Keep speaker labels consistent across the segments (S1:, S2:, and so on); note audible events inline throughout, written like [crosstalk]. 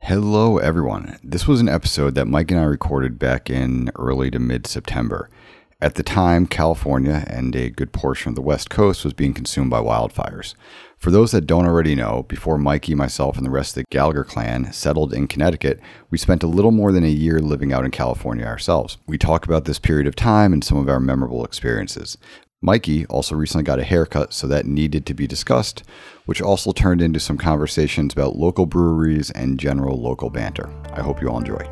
S1: Hello, everyone. This was an episode that Mike and I recorded back in early to mid September. At the time, California and a good portion of the West Coast was being consumed by wildfires. For those that don't already know, before Mikey, myself, and the rest of the Gallagher clan settled in Connecticut, we spent a little more than a year living out in California ourselves. We talk about this period of time and some of our memorable experiences. Mikey also recently got a haircut, so that needed to be discussed, which also turned into some conversations about local breweries and general local banter. I hope you all enjoy.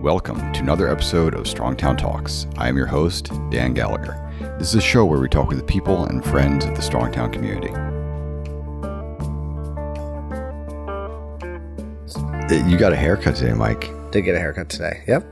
S1: Welcome to another episode of Strongtown Talks. I am your host, Dan Gallagher. This is a show where we talk with the people and friends of the Strongtown community. You got a haircut today, Mike.
S2: Did get a haircut today. Yep.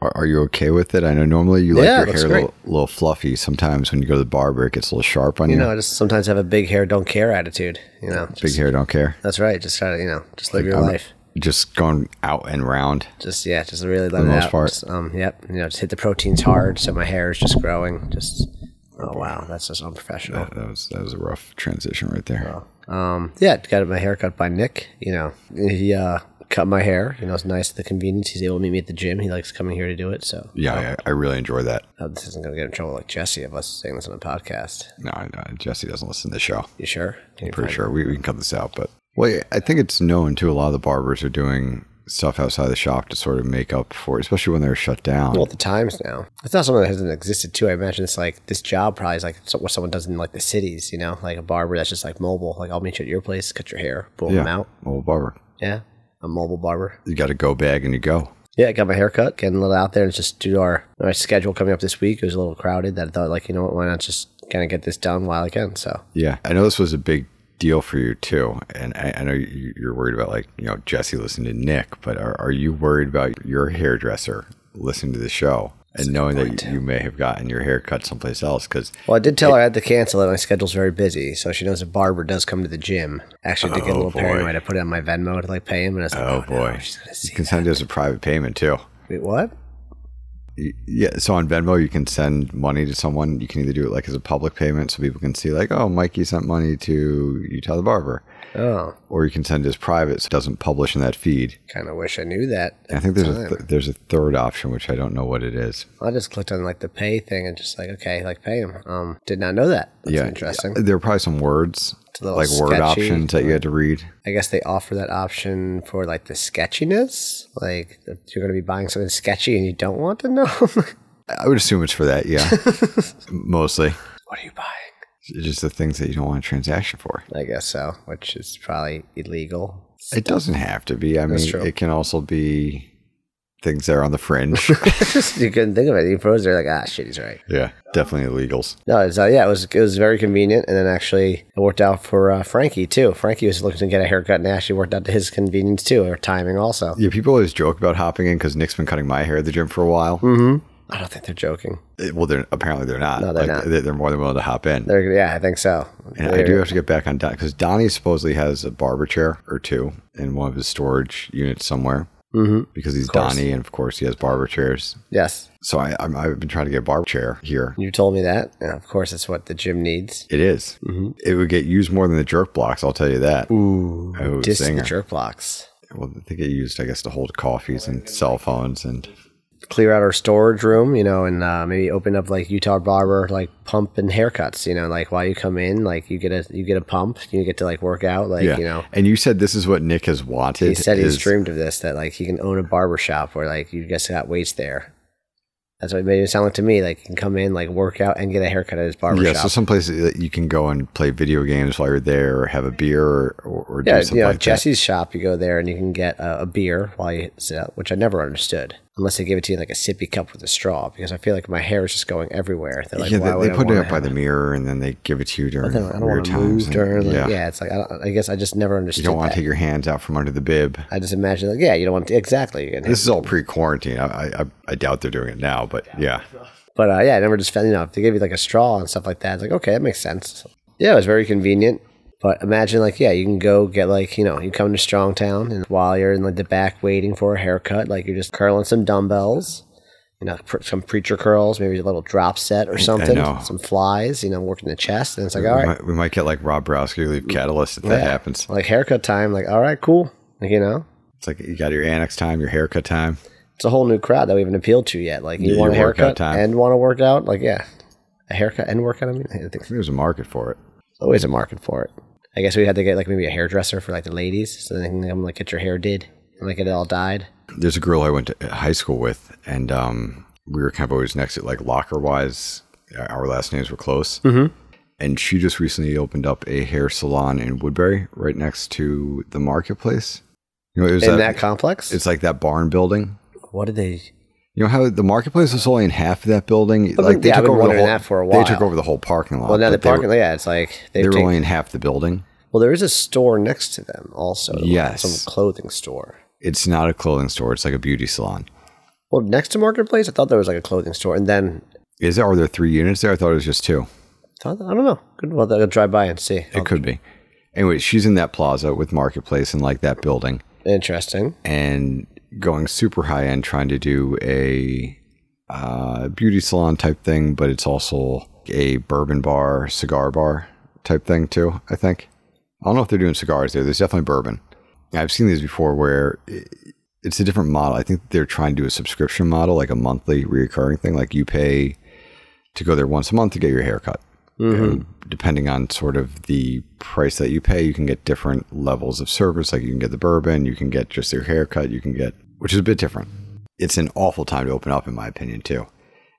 S1: Are, are you okay with it? I know normally you like
S2: Yeah,
S1: your
S2: it looks
S1: hair a
S2: great.
S1: little, little fluffy. Sometimes when you go to the barber, it gets a little sharp on you.
S2: You know, I just sometimes have a big hair, don't care attitude. You know, just,
S1: Big hair, don't care.
S2: That's right. Just gotta, you know, just live your
S1: I'm-
S2: life.
S1: Just going out and round.
S2: Just yeah, just really let it
S1: most
S2: out.
S1: part.
S2: Just, um, yep. You know, just hit the proteins hard, so my hair is just growing. Just oh wow, that's just unprofessional.
S1: That was that was a rough transition right there.
S2: Um, yeah, got my hair cut by Nick. You know, he uh, cut my hair. You know, it's nice the convenience. He's able to meet me at the gym. He likes coming here to do it. So
S1: Yeah, I, I really enjoy that.
S2: uh, this isn't gonna get in trouble like Jesse of us saying this on a podcast.
S1: No, I- I- Jesse doesn't listen to the show.
S2: You sure? Can you
S1: Pretty
S2: find-
S1: sure we, we can cut this out, but well, yeah, I think it's known too. A lot of the barbers are doing stuff outside the shop to sort of make up for, especially when they're shut down.
S2: well, the times now. It's not something that hasn't existed too. I imagine it's like this job probably is like so- what someone does in like the cities, you know, like a barber that's just like mobile. Like I'll meet you at your place, cut your hair, boom, I'm
S1: yeah,
S2: out.
S1: old barber,
S2: Yeah, a mobile barber.
S1: you got a go bag and you go.
S2: Yeah, I got my haircut, getting a little out there, and just due to our our schedule coming up this week, it was a little crowded. That I thought like you know what, why not just kind of get this done while I can. So
S1: Yeah, I know this was a big deal for you too, and I, I know you, you're worried about like you know Jesse listening to Nick, but are, are you worried about your hairdresser listening to the show and knowing that you, you may have gotten your hair cut someplace else? Because
S2: Well, I did tell her I had to cancel it. My schedule's very busy, so she knows if Barber does come to the gym. Actually, I did get a little
S1: Oh, boy.
S2: paranoid. I put it on my Venmo to like pay him, and I was like,
S1: oh
S2: "Oh,
S1: boy,
S2: no, she's gonna
S1: you
S2: see."
S1: can send it as a private payment too.
S2: Wait, what?
S1: Y- Yeah, so on Venmo you can send money to someone. You can either do it like as a public payment, so people can see like, oh, Mikey sent money to Utah the barber,
S2: Oh,
S1: or you can send it as private, so it doesn't publish in that feed.
S2: kind of wish I knew that.
S1: I think there's a th- there's a third option which I don't know what it is.
S2: I just clicked on like the pay thing and just like okay, like pay him. Um, did not know that. That's interesting.
S1: There are probably some words,
S2: a little
S1: like word
S2: sketchy.
S1: options that you had to read.
S2: I guess they offer that option for like the sketchiness. Like if you're going to be buying something sketchy and you don't want to know. [laughs] what
S1: I would assume it's for that,
S2: [laughs]
S1: yeah. Mostly.
S2: are you buying?
S1: It's just the things that you don't want a transaction for.
S2: I guess so, which is probably illegal. [laughs]
S1: It doesn't have to be. I mean,
S2: true.
S1: it can also be things that are on the
S2: [laughs]
S1: fringe.
S2: you couldn't think of it. You froze there, like ah, shit, he's right.
S1: yeah, definitely illegals.
S2: No, it's uh, yeah, it was it was very convenient, and then actually it worked out for uh, Frankie too. Frankie was looking to get a haircut, and it actually worked out to his convenience too, or timing also.
S1: Yeah, people always joke about hopping in because Nick's been cutting my hair at the gym for a while.
S2: I don't think they're joking.
S1: Eh, Well, they're apparently they're not.
S2: Mm-hmm. No, they're
S1: Like,
S2: not.
S1: they- They're more than willing to hop in.
S2: They're yeah, I think so.
S1: And I do have to get back on Don because Donnie supposedly has a barber chair or two in one of his storage units somewhere. Mm-hmm. Because he's Donnie, and of course he has barber chairs.
S2: Yes,
S1: So I, I'm, I've been trying to get a barber chair here.
S2: you told me that, and of course that's what the gym needs.
S1: It is.
S2: Mm-hmm.
S1: It would get used more than the jerk blocks. I'll tell you that.
S2: Ooh,
S1: Oh,
S2: Dis the
S1: singer.
S2: jerk blocks.
S1: Well, they get used, I guess, to hold coffees and cell phones and
S2: Clear out our storage room, you know, and uh, maybe open up like Utah barber, like pump and haircuts, you know, like while you come in, like you get a you get a pump, you get to like work out, like
S1: yeah.
S2: you know.
S1: And you said this is what Nick has wanted.
S2: He said he's
S1: is-
S2: dreamed of this that like he can own a barber shop where like you guys got waits there. That's what it made it sound like to me. Like you can come in, like work out, and get a haircut at his barber
S1: Yeah,
S2: shop.
S1: so someplace that you can go and play video games while you're there, or have a beer, or, or, or do
S2: yeah,
S1: something
S2: you know,
S1: like that.
S2: Jesse's shop. You go there and you can get a, a beer while you sit out, which I never understood unless they give it to you in, like a sippy cup with a straw because I feel like my hair is just going everywhere. They're like,
S1: yeah,
S2: why
S1: they,
S2: would
S1: they
S2: I
S1: put it
S2: wanna
S1: up by the mirror and then they give it to you during
S2: have- I don't
S1: weird
S2: want to
S1: times.
S2: move
S1: and-
S2: during. Like,
S1: yeah.
S2: yeah. it's like I, don't, I guess I just never understood.
S1: you don't want
S2: that.
S1: to take your hands out from under the bib.
S2: I just imagine like yeah, you don't want to, exactly. And
S1: This is all pre-quarantine. I, I- I I doubt they're doing it now, but yeah,
S2: But uh, yeah, I never just felt, you know, if they give you like a straw and stuff like that, it's like, okay, that makes sense. Yeah, it was very convenient. But imagine like, yeah, you can go get like, you know, you come to Strongtown and while you're in like the back waiting for a haircut, like you're just curling some dumbbells. you know, pr- some preacher curls, maybe a little drop set or something,
S1: know.
S2: some flies, you know, working the chest. And it's like, all
S1: we,
S2: right,
S1: might, we might get like Rob Browski leave catalyst if that
S2: Yeah.
S1: happens.
S2: like haircut time, like, all right, cool. Like, you know,
S1: It's like you got your annex time, your haircut time.
S2: it's a whole new crowd that we haven't appealed to yet. Like, you
S1: Yeah,
S2: want a
S1: your workout
S2: haircut
S1: time.
S2: and want to work out? Like, yeah, a haircut and workout. I mean, I think there's
S1: There's a market for it.
S2: always a market for it. I guess we had to get like maybe a hairdresser for like the ladies, so they can come like get your hair did and like get it all dyed.
S1: There's a girl I went to high school with, and um, we were kind of always next to like locker wise. Our last names were close. Mm-hmm. And she just recently opened up a hair salon in Woodbury, right next to the marketplace. You know, it was
S2: In
S1: that,
S2: that complex,
S1: it's like that barn building.
S2: what did they?
S1: You know how the marketplace was only in half of that building.
S2: But
S1: Like they
S2: yeah,
S1: took
S2: I've been
S1: over the
S2: wondering
S1: whole,
S2: that for a
S1: They took
S2: while.
S1: over the whole parking lot.
S2: Well, now the
S1: but they were-
S2: parking. yeah, it's like
S1: They
S2: they've
S1: were
S2: taken-
S1: only in half the building.
S2: Well, there is a store next to them also.
S1: Yes.
S2: Some clothing store.
S1: It's not a clothing store. It's like a beauty salon.
S2: Well, next to Marketplace, I thought there was like a clothing store. And then,
S1: Is there, are there three units there? I thought it was just two.
S2: I don't know. Good. Well, I'll drive by and see.
S1: It could be. Anyway, she's in that plaza with Marketplace and like that building
S2: Interesting.
S1: and going super high end, trying to do a uh, beauty salon type thing, but it's also a bourbon bar, cigar bar type thing too, I think. I don't know if they're doing cigars there. There's definitely bourbon. I've seen these before where i- it's a different model. I think they're trying to do a subscription model, like a monthly reoccurring thing. Like you pay to go there once a month to get your hair cut. And depending on sort of the price that you pay, you can get different levels of service. Like you can get the bourbon, you can get just your haircut, you can get, which is a bit different. It's an awful time to open up, in my opinion, too.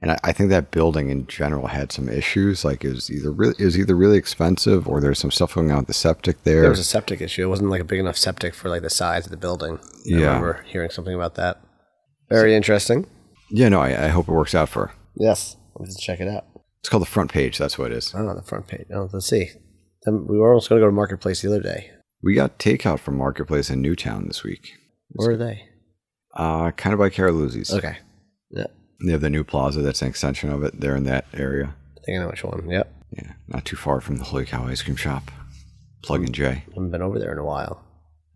S1: And I, I think that building in general had some issues. Like it was either really, it was either really expensive, or there's some stuff going on with the septic there.
S2: There was a septic issue. It wasn't like a big enough septic for like the size of the building. I
S1: Yeah.
S2: remember hearing something about that. Very interesting.
S1: yeah, no, I, I hope it works out for. her.
S2: Yes. Let's check it out.
S1: It's called the front page. That's what it is.
S2: Oh, the front page. Oh, let's see. Then we were almost going to go to Marketplace the other day.
S1: We got takeout from Marketplace in Newtown this week.
S2: Where are they?
S1: Uh, kind of by Caraluzzi's.
S2: Okay. Yeah.
S1: They have the new plaza that's an extension of it. They're in that area.
S2: I think I know which one. Yep.
S1: Yeah, not too far from the Holy Cow ice cream shop. Plug and Jay.
S2: haven't been over there in a while.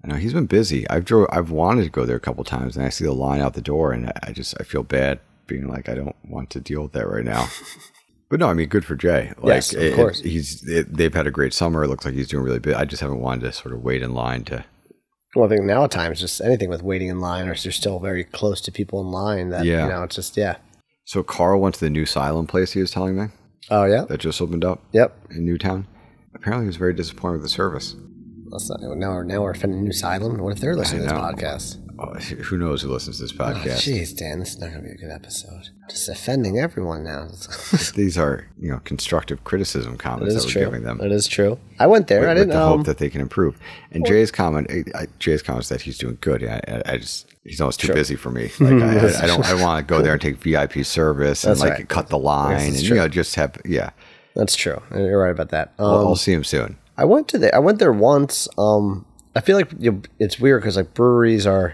S1: I know he's been busy. I've drove. I've wanted to go there a couple times, and I see the line out the door, and I- I just I feel bad being like I don't want to deal with that right
S2: [laughs]
S1: now. but no, I mean, good for Jay. Like,
S2: Yes, of
S1: it-
S2: course.
S1: he's it, they've had a great summer. It looks like he's doing really big. I just haven't wanted to sort of wait in line to.
S2: Well, I think now at times just anything with waiting in line, or you're still very close to people in line. That
S1: Yeah.
S2: you know, it's just yeah.
S1: So Carl went to the new Asylum place he was telling me
S2: Oh yeah.
S1: that just opened up
S2: Yep.
S1: in Newtown. Apparently, he was very disappointed with the service.
S2: That's not, now we're now we're offending New Asylum. What if they're listening to this
S1: know.
S2: podcast?
S1: Oh, [laughs] who knows who listens to this
S2: Oh,
S1: podcast?
S2: Jeez, Dan, this is not gonna be a good episode. Just offending everyone now. [laughs]
S1: These are you know constructive criticism
S2: it
S1: comments
S2: is
S1: that we're
S2: true.
S1: giving them.
S2: It is true. I went there. I
S1: with
S2: didn't um,
S1: the
S2: know.
S1: hope that they can improve. And Jay's comment, I, I- Jay's comment is that he's doing good. I, I, I just he's always too busy for
S2: [laughs]
S1: me. Like I, I, I don't, I want to go there and take VIP service and
S2: That's
S1: like
S2: right.
S1: cut the line
S2: Yes,
S1: and
S2: it's
S1: you
S2: true.
S1: know just have yeah.
S2: That's true. You're right about that. Um,
S1: I'll, I'll see him soon.
S2: I went to the I went there once. Um, I feel like you know, it's weird because like breweries are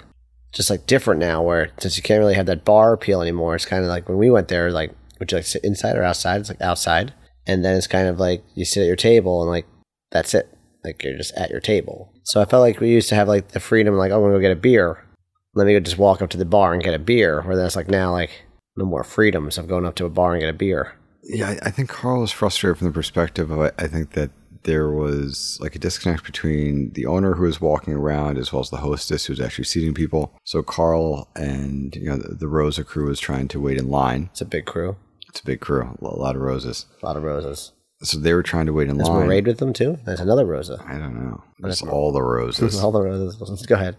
S2: just like different now, where since you can't really have that bar appeal anymore, it's kind of like when we went there, like would you like sit inside or outside? It's like outside, and then it's kind of like you sit at your table and like that's it, like you're just at your table. So I felt like we used to have like the freedom, like oh, I'm gonna go get a beer. Let me go just walk up to the bar and get a beer. Where that's like now like no more freedoms of going up to a bar and get a beer.
S1: Yeah, I, I think Carl was frustrated from the perspective of I, I think that there was like a disconnect between the owner who was walking around as well as the hostess who was actually seating people. So Carl and you know the, the Rosa crew was trying to wait in line.
S2: It's a big crew,
S1: It's a big crew, a lot of roses.
S2: a lot of roses.
S1: So they were trying to wait in
S2: Is
S1: line.
S2: Maraid with them too? That's another Rosa.
S1: I don't know. It's all the roses.
S2: All the roses. Go ahead.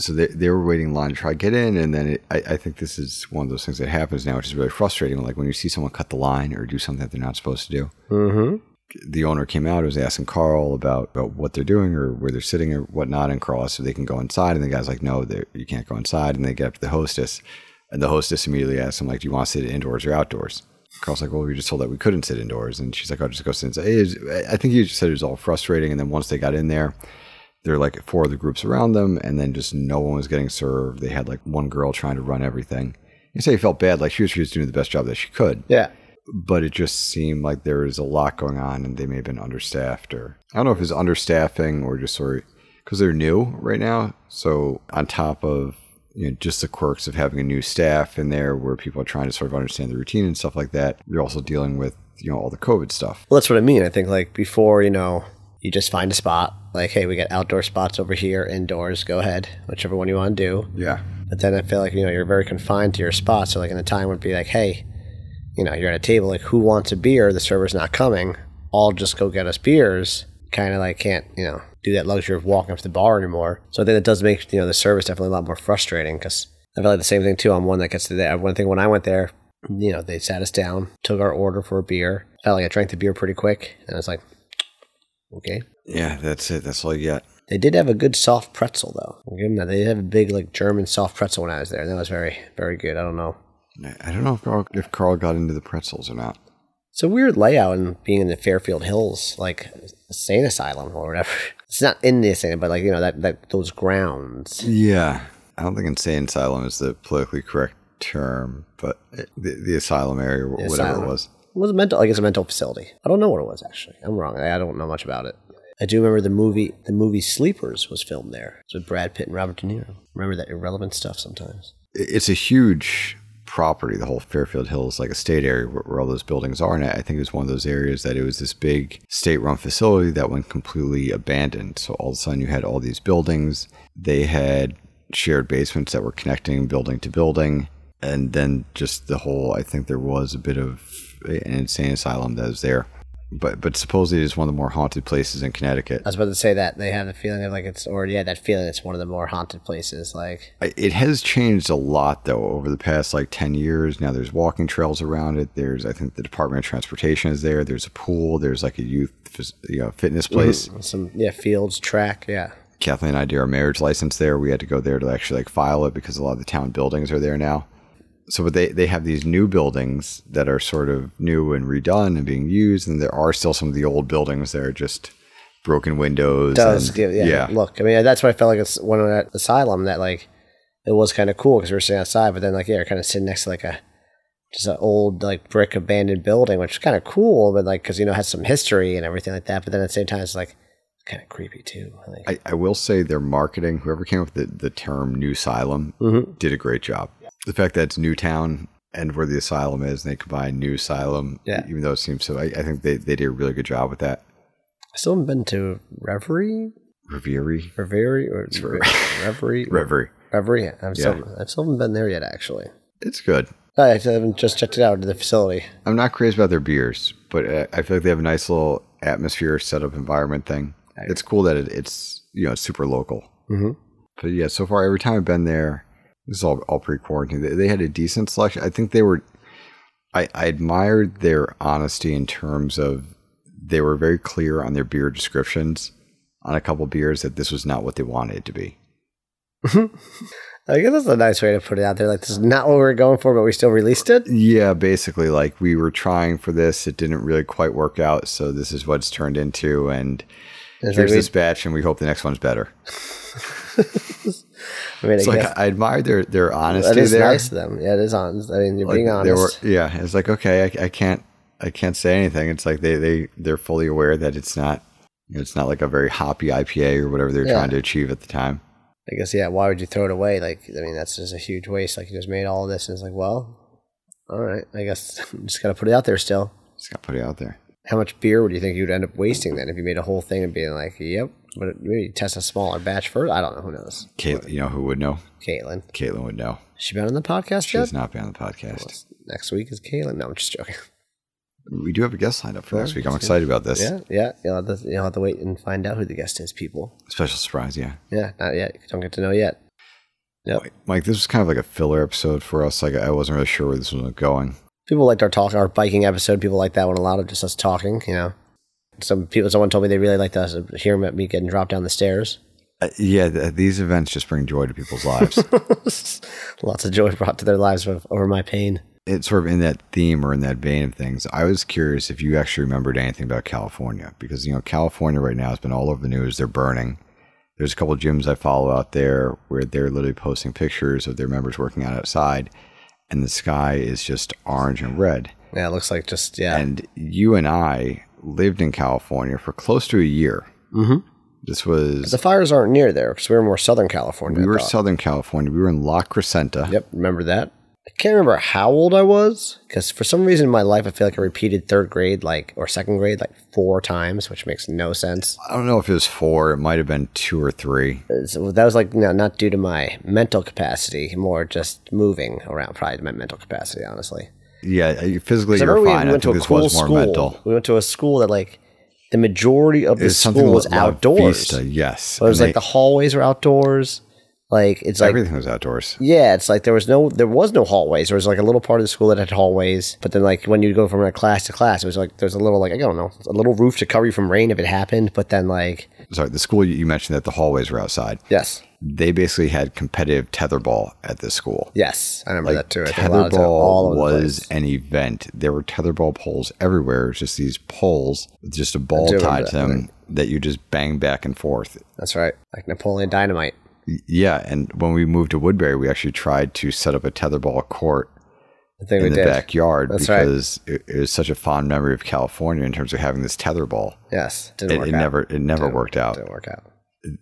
S1: so they, they were waiting in line to try to get in, and then it, I, I think this is one of those things that happens now, which is really frustrating. Like when you see someone cut the line or do something that they're not supposed to do.
S2: Mm-hmm.
S1: The owner came out, was asking Carl about, about what they're doing or where they're sitting or whatnot, and Carl asked if they can go inside, and the guy's like, "No, they're- you can't go inside." And they get up to the hostess, and the hostess immediately asks him, "Like, do you want to sit indoors or outdoors?" Carl's like, "Well, we were just told that we couldn't sit indoors," and she's like, "Oh, just go sit inside." It is- I think he just said it was all frustrating, and then once they got in there, there were like four other groups around them, and then just no one was getting served. They had like one girl trying to run everything. You say he felt bad, like she was, she was doing the best job that she could,
S2: Yeah.
S1: but it just seemed like there was a lot going on, and they may have been understaffed, or I don't know if it was understaffing or just sort of because they're new right now. So on top of you know, just the quirks of having a new staff in there where people are trying to sort of understand the routine and stuff like that. You're also dealing with, you know, all the COVID stuff.
S2: Well, that's what I mean. I think like before, you know, you just find a spot. Like, hey, we got outdoor spots over here, indoors. Go ahead, whichever one you want to do.
S1: Yeah.
S2: But then I feel like you know you're very confined to your spot. So like in a time would be like, hey, you know, you're at a table. Like, who wants a beer? The server's not coming. I'll just go get us beers. Kind of like can't you know do that luxury of walking up to the bar anymore. So I think that does make you know the service definitely a lot more frustrating because I feel like the same thing too on one that gets to that. One thing when I went there, you know, they sat us down, took our order for a beer. Felt like I drank the beer pretty quick, and I was like, okay.
S1: Yeah, that's it. That's all you get.
S2: They did have a good soft pretzel though. I'll give them that. They did have a big like German soft pretzel when I was there, and that was very very good. I don't know.
S1: I don't know if Carl, if Carl got into the pretzels or not.
S2: It's a weird layout and being in the Fairfield Hills, like insane asylum or whatever. [laughs] It's not in the asylum, but like you know that that those grounds.
S1: Yeah. I don't think insane asylum is the politically correct term, but it, the, the asylum area, wh- whatever
S2: asylum.
S1: it was.
S2: It was a mental, like it's a mental facility. I don't know what it was actually. I'm wrong. I I don't know much about it. I do remember the movie, the movie Sleepers was filmed there. It's with Brad Pitt and Robert De Niro. Remember that irrelevant stuff sometimes.
S1: it- it's a huge property. The whole Fairfield Hills, like a state area where, where all those buildings are. And I I think it was one of those areas that it was this big state run facility that went completely abandoned. So all of a sudden you had all these buildings. They had shared basements that were connecting building to building. And then just the whole, I think there was a bit of an insane asylum that was there. But, but supposedly it is one of the more haunted places in Connecticut.
S2: I was about to say that they have the feeling of like it's, or yeah, that feeling it's one of the more haunted places. Like
S1: I- it has changed a lot though over the past like 10 years now there's walking trails around it there's i think the department of transportation is there there's a pool there's like a youth phys- you know, fitness
S2: Mm-hmm.
S1: place
S2: some yeah fields, track, yeah.
S1: kathleen and i did our marriage license there we had to go there to actually like file it because a lot of the town buildings are there now so but they, they have these new buildings that are sort of new and redone and being used and there are still some of the old buildings that are just broken windows
S2: does
S1: and-
S2: give yeah, look i mean that's why i felt like it's one of that asylum that like it was kind of cool because we were sitting outside but then like yeah you're kind of sitting next to like a just an old like brick abandoned building which is kind of cool but like because you know it has some history and everything like that but then at the same time it's like kind of creepy too like,
S1: I, I will say their marketing, whoever came up with the, the term new asylum did a great job. The fact that it's new town and where the asylum is, and they combine new asylum,
S2: Yeah.
S1: even though it seems so, I, I think they, they did a really good job with that.
S2: i still haven't been to reverie
S1: Reverie.
S2: reverie or [laughs] reverie
S1: Reverie.
S2: reverie yeah, I've, still,
S1: Yeah.
S2: I've still haven't been there yet actually
S1: It's good.
S2: i haven't just checked it out the facility
S1: I'm not crazy about their beers, but uh, I feel like they have a nice little atmosphere, setup, environment thing. It's cool that it, it's, you know, super local.
S2: mm-hmm.
S1: But yeah, so far every time I've been there, this is all, all pre-quarantine. They, they had a decent selection. I think they were. I, I admired their honesty in terms of they were very clear on their beer descriptions on a couple beers that this was not what they wanted it to be.
S2: I guess that's a nice way to put it out there. Like, this is not what we were going for, but we still released it.
S1: Yeah, basically, like we were trying for this, it didn't really quite work out, so this is what it's turned into. And
S2: It's like
S1: here's
S2: we-
S1: this batch, and we hope the next one's better.
S2: I mean, I
S1: It's like
S2: guess
S1: I, admired their their honesty
S2: that is
S1: there.
S2: nice of them. Yeah, it is honest. I mean, you're being
S1: Like, they
S2: honest.
S1: were- yeah, it's like okay, I, I can't, I can't say anything. It's like they they they're fully aware that it's not, you know, it's not like a very hoppy IPA or whatever they're
S2: Yeah.
S1: trying to achieve at the time.
S2: I guess, yeah, why would you throw it away? Like, I mean, that's just a huge waste. Like, you just made all this, and it's like, well, all right, I guess [laughs] I'm just got to put it out there still.
S1: Just got to put it out there.
S2: How much beer would you think you'd end up wasting then if you made a whole thing and being like, yep, but maybe test a smaller batch first? I don't know. Who knows?
S1: Caitlin, you know who would know?
S2: Caitlin.
S1: Caitlin would know.
S2: She been on the podcast
S1: She
S2: yet?
S1: has not been on the podcast.
S2: Next week is Caitlin. No, I'm just joking.
S1: We do have a guest lined up for next
S2: Yeah,
S1: week. I'm
S2: that's
S1: excited about this.
S2: Yeah, yeah. You'll have, to, you'll have to wait and find out who the guest is, people.
S1: Special surprise. Yeah.
S2: Yeah, not yet. You don't get to know yet. Yep.
S1: Mike, this was kind of like a filler episode for us. Like I wasn't really sure where this was going.
S2: People liked our talk, our biking episode. People liked that one a lot of just us talking. You know, some people, someone told me they really liked us hearing about me getting dropped down the stairs. [laughs]
S1: Uh, yeah, th- these events just bring joy to people's lives.
S2: Lots of joy brought to their lives of- over my pain. Yeah, it looks like just yeah.
S1: And you and I lived in California for close to a year.
S2: Mhm.
S1: This was
S2: The fires aren't near there because we were more Southern California.
S1: we
S2: I
S1: were
S2: thought.
S1: Southern California. We were in La Crescenta.
S2: Yep, remember that. I can't remember how old I was because for some reason in my life I feel like I repeated third grade like or second grade like four times, which makes no sense.
S1: I don't know if it was four. It might have been two or three.
S2: So that was like no, not due to my mental capacity, more just moving around. Probably my mental capacity, honestly.
S1: Yeah, uh, you- physically
S2: 'Cause I
S1: you're
S2: remember
S1: fine. I think this was more
S2: school.
S1: mental.
S2: We went to a school that like the majority of the
S1: It's
S2: school was
S1: with La
S2: outdoors.
S1: Vista, yes,
S2: But it was
S1: And
S2: like
S1: they-
S2: the hallways were outdoors. Like it's like
S1: everything was outdoors.
S2: Yeah, it's like there was no there was no hallways. There was like a little part of the school that had hallways, but then like when you go from a class to class, it was like there's a little like I don't know, a little roof to cover you from rain if it happened, but then like
S1: Sorry, the school you you mentioned that the hallways were outside.
S2: yes.
S1: They basically had competitive tetherball at this school.
S2: Yes, I remember that too. I think a lot of time-
S1: Tetherball
S2: all over the
S1: was
S2: place.
S1: an event. There were tetherball poles everywhere. It was just these poles with just a ball
S2: do
S1: tied to
S2: remember
S1: them that you just bang back and forth.
S2: That's right. Like Napoleon Dynamite.
S1: Y- Yeah, and when we moved to Woodbury, we actually tried to set up a tetherball court
S2: I think
S1: in
S2: we
S1: the
S2: did.
S1: backyard
S2: That's right.
S1: because it, it was such a fond memory of California in terms of having this tetherball.
S2: Yes. Didn't
S1: It,
S2: work
S1: it
S2: out.
S1: never it never worked out.
S2: didn't work out.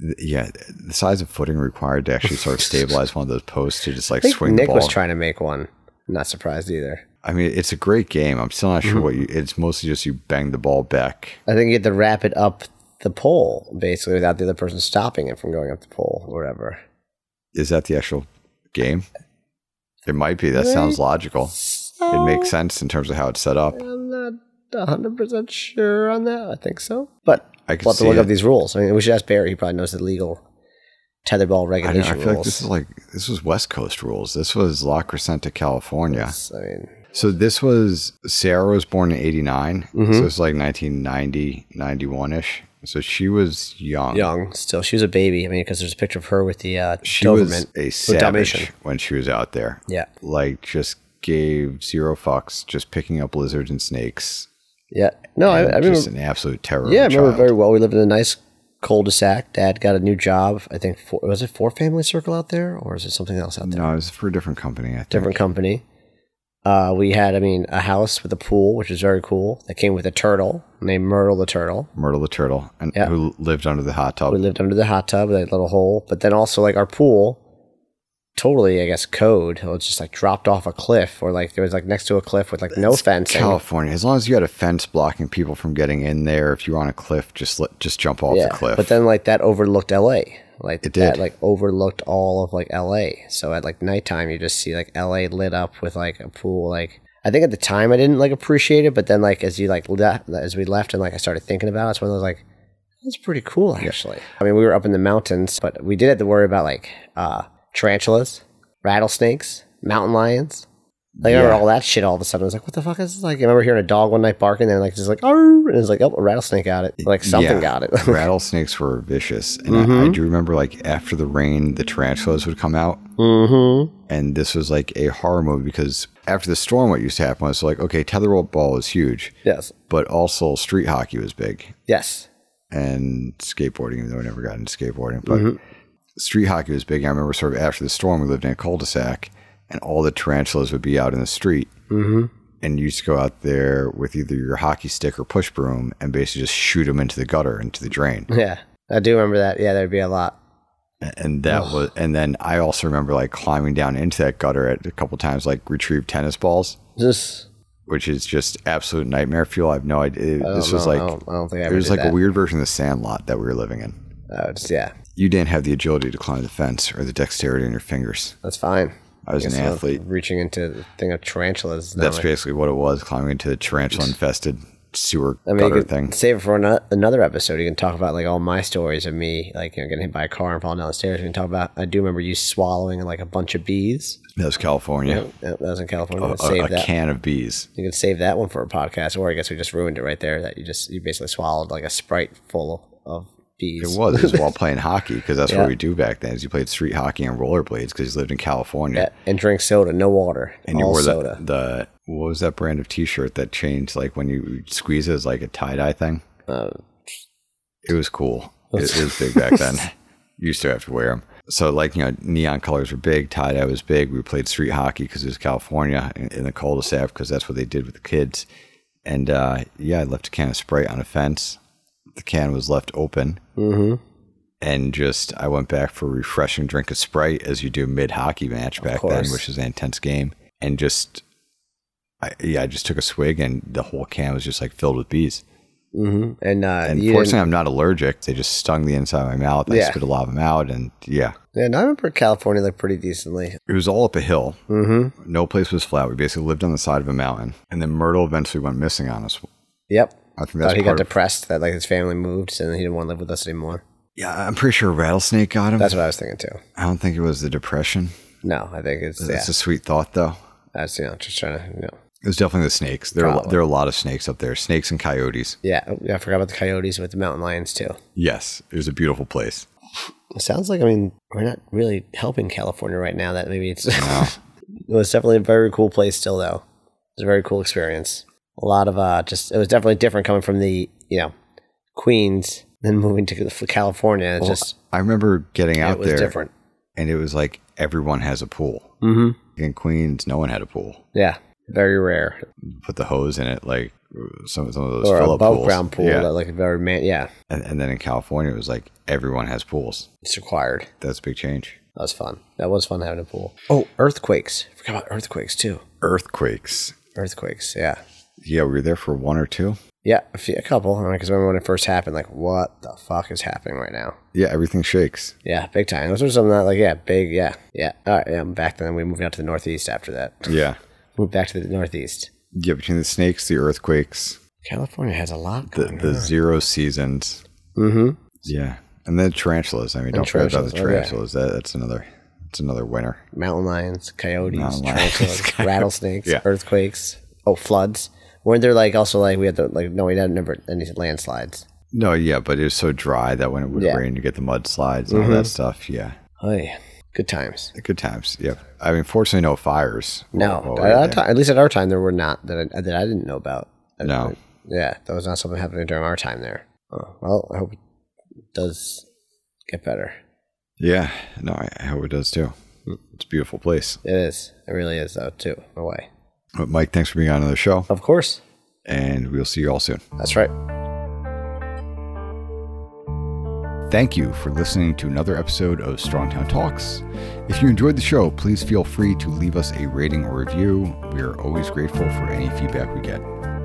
S1: Th- Yeah, the size of footing required to actually
S2: [laughs]
S1: sort of stabilize one of those posts to just like
S2: I think
S1: swing the
S2: Nick
S1: ball.
S2: was trying to make one. I'm not surprised either.
S1: I mean, it's a great game. I'm still not
S2: Mm-hmm.
S1: sure what you. It's mostly just you bang the ball back.
S2: I think you had to wrap it up the pole, basically, without the other person stopping it from going up the pole or whatever.
S1: Is that the actual game? It might be. That sounds logical. It makes sense in terms of how it's set up.
S2: I'm not 100% sure on that. I think so. But
S1: I
S2: I
S1: can
S2: we'll have to
S1: see
S2: look
S1: it.
S2: up these rules. I mean, we should ask Barry. He probably knows the legal tetherball
S1: I, don't, know,
S2: regulation
S1: I feel like
S2: rules.
S1: this is like this was West Coast rules. This was La Crescenta, California.
S2: I mean,
S1: So this was Sarah was born in '89.
S2: Mm-hmm.
S1: So it's like 1990, 91 ish. So she was young.
S2: young still. She was a baby. I mean, because there's a picture of her with the uh,
S1: She was
S2: Doberman.
S1: a
S2: with Dalmatian.
S1: savage when she was out there.
S2: Yeah.
S1: like just gave zero fucks, just picking up lizards and snakes.
S2: Yeah. No, I, I
S1: and
S2: remember.
S1: just an absolute terror.
S2: Yeah, I
S1: of a
S2: remember
S1: child.
S2: very well. We lived in a nice cul-de-sac. Dad got a new job. I think four, was it four family circle out there, or is it something else out there?
S1: No, it was for a different company. I think.
S2: Different company. Uh, we had, I mean, a house with a pool, which is very cool. That came with a turtle named Myrtle the turtle.
S1: Myrtle the turtle, and
S2: Yeah.
S1: who lived under the hot tub.
S2: We lived under the hot tub, that little hole. But then also like our pool, totally, I guess, code. It was just like dropped off a cliff, or like there was like next to a cliff with like no fencing.
S1: California. As long as you had a fence blocking people from getting in there, if you were on a cliff, just let, just jump off the cliff.
S2: But then like that overlooked LA. Like
S1: It
S2: that
S1: did.
S2: like overlooked all of like LA. So at like nighttime you just see like LA lit up with like a pool like I think at the time I didn't like appreciate it, but then like as you like left as we left and like I started thinking about it, it's one of those like that's pretty cool actually. I mean we were up in the mountains, but we did have to worry about like uh tarantulas, rattlesnakes, mountain lions. Like I
S1: Yeah.
S2: remember all that shit all of a sudden. I was like, what the fuck is this? Like I remember hearing a dog one night barking and like just like oh and it was like, oh a rattlesnake got it. Like something
S1: Yeah.
S2: got it. [laughs]
S1: rattlesnakes were vicious, and I, I do remember like after the rain, the tarantulas would come out.
S2: Mm-hmm.
S1: and this was like a horror movie because after the storm, what used to happen was like, okay, tetherball ball is huge,
S2: Yes.
S1: but also street hockey was big
S2: Yes.
S1: and skateboarding, even though I never got into skateboarding, but street hockey was big. I remember sort of after the storm, we lived in a cul-de-sac and all the tarantulas would be out in the street. Mm-hmm. And you used to go out there with either your hockey stick or push broom and basically just shoot them into the gutter, into the drain.
S2: Yeah. I do remember that. Yeah, there'd be a lot.
S1: and that was and then i also remember like climbing down into that gutter at a couple times like retrieve tennis balls
S2: Just
S1: which is just absolute nightmare fuel i have no idea it- this was
S2: no,
S1: like
S2: I don't, I don't think I
S1: it
S2: ever
S1: was
S2: did
S1: like
S2: that.
S1: a weird version of the sandlot that we were living in
S2: Uh, just, yeah,
S1: you didn't have the agility to climb the fence or the dexterity in your fingers
S2: that's fine.
S1: i was an
S2: So,
S1: athlete
S2: reaching into the thing of tarantulas. is not
S1: that's
S2: my-
S1: basically what it was climbing into the tarantula infested sewer
S2: I mean,
S1: gutter
S2: you
S1: thing
S2: can save it for ano- another episode. You can talk about like all my stories of me, like you know, getting hit by a car and falling down the stairs. We can talk about. I do remember you swallowing like a bunch of bees.
S1: that was california
S2: Yeah, that was in California.
S1: a,
S2: save
S1: a
S2: that.
S1: can of bees
S2: you can save that one for a podcast, or I guess we just ruined it right there. That you just you basically swallowed like a sprite full of bees.
S1: it was, it was
S2: [laughs]
S1: while playing hockey because that's
S2: Yeah.
S1: what we do back then. Is you played street hockey and rollerblades because you lived in California.
S2: Yeah, and drink soda, no water,
S1: and you
S2: all
S1: wore
S2: soda.
S1: that the what was that brand of t-shirt that changed like when you squeeze it, it was like a tie-dye thing
S2: Uh,
S1: it was
S2: [laughs]
S1: cool it, it was big back then [laughs] you used to have to wear them so like you know neon colors were big tie-dye was big we played street hockey because it was california in, in the cul-de-sac because that's what they did with the kids
S2: Mm-hmm,
S1: and uh, yeah i left a can of sprite on a fence the can was left open and just I went back for a refreshing drink of Sprite as you do mid hockey match back then,
S2: course.
S1: which is an intense game, and just I yeah, I just took a swig and the whole can was just like filled with bees.
S2: hmm And, uh,
S1: And
S2: you didn't-
S1: fortunately, I'm not allergic. They just stung the inside of my mouth. I
S2: Yeah.
S1: spit a lot of them out, and yeah,
S2: yeah, and I remember California like pretty decently.
S1: it was all up a hill.
S2: hmm
S1: No place was flat. We basically lived on the side of a mountain, and then Myrtle eventually went missing on us.
S2: Yep.
S1: I think that's
S2: Thought he got
S1: part. Of,
S2: depressed that like his family moved and he didn't want to live with us anymore.
S1: yeah, I'm pretty sure a rattlesnake got him.
S2: That's what I was thinking too.
S1: I don't think it was the depression.
S2: No, I think it's yeah.
S1: That's a sweet thought, though.
S2: That's you know just trying to you know.
S1: It was definitely the snakes. There are,
S2: Probably.
S1: there are a lot of snakes up there. Snakes and coyotes.
S2: Yeah, oh, yeah, I forgot about the coyotes with the mountain lions too.
S1: Yes, it was a beautiful place.
S2: It sounds like I mean we're not really helping California right now. That maybe it's [laughs] it was definitely a very cool place still though. It was a very cool experience. A lot of uh, just it was definitely different coming from the you know Queens then moving to the- California. It's just
S1: I remember getting out
S2: it was
S1: there,
S2: different.
S1: and it was like everyone has a pool.
S2: Mm-hmm.
S1: In Queens, no one had a pool.
S2: Yeah, very rare
S1: Put the hose in it, like some some of those
S2: or
S1: fill
S2: above
S1: up pools.
S2: ground pool
S1: Yeah.
S2: that like very man. Yeah,
S1: And, and then in California, it was like everyone has pools.
S2: it's required.
S1: That's a big change.
S2: That was fun. That was fun having a pool. Oh, earthquakes! Forgot about earthquakes too.
S1: Earthquakes.
S2: Earthquakes, yeah,
S1: Yeah, we were there for one or two.
S2: yeah, a, few, a couple. Because remember when it first happened, like, what the fuck is happening right now?
S1: Yeah, everything shakes.
S2: Yeah, big time. Those were something that, like, yeah, big, yeah, yeah. All right, yeah. I'm back then. We moved out to the northeast after that.
S1: Yeah.
S2: Moved back to the northeast.
S1: Yeah, between the snakes, the earthquakes,
S2: California has a lot.
S1: the, the zero seasons.
S2: mm-hmm.
S1: Yeah, and then tarantulas. I mean, don't forget about the tarantulas.
S2: tarantulas,
S1: That, that's another. That's another winner.
S2: Mountain lions, coyotes,
S1: Mountain lions, [laughs]
S2: tarantulas, rattlesnakes,
S1: Yeah.
S2: earthquakes. Oh, floods. Weren't there like also like we had the like no we didn't remember any landslides.
S1: No, yeah, but it was so dry that when it would
S2: Yeah. Mm-hmm.
S1: rain, you get the mudslides and all that stuff. Yeah,
S2: Oh yeah, good times.
S1: good times. Yep. I mean, fortunately, no fires.
S2: No,
S1: while- while we
S2: at,
S1: were
S2: our
S1: there.
S2: ti- at least at our time, there were not that I, that I didn't know about.
S1: No.
S2: Yeah, that was not something happening during our time there. Oh, well, I hope it does get better.
S1: Yeah. No, I, I hope it does too.
S2: Mm.
S1: It's a beautiful place.
S2: It is. It really is, though, too, in a way.
S1: But Mike, thanks for being on another show,
S2: Of course.
S1: and we'll see you all soon.
S2: That's right.
S1: Thank you for listening to another episode of Strongtown Talks. If you enjoyed the show, please feel free to leave us a rating or review. We are always grateful for any feedback we get.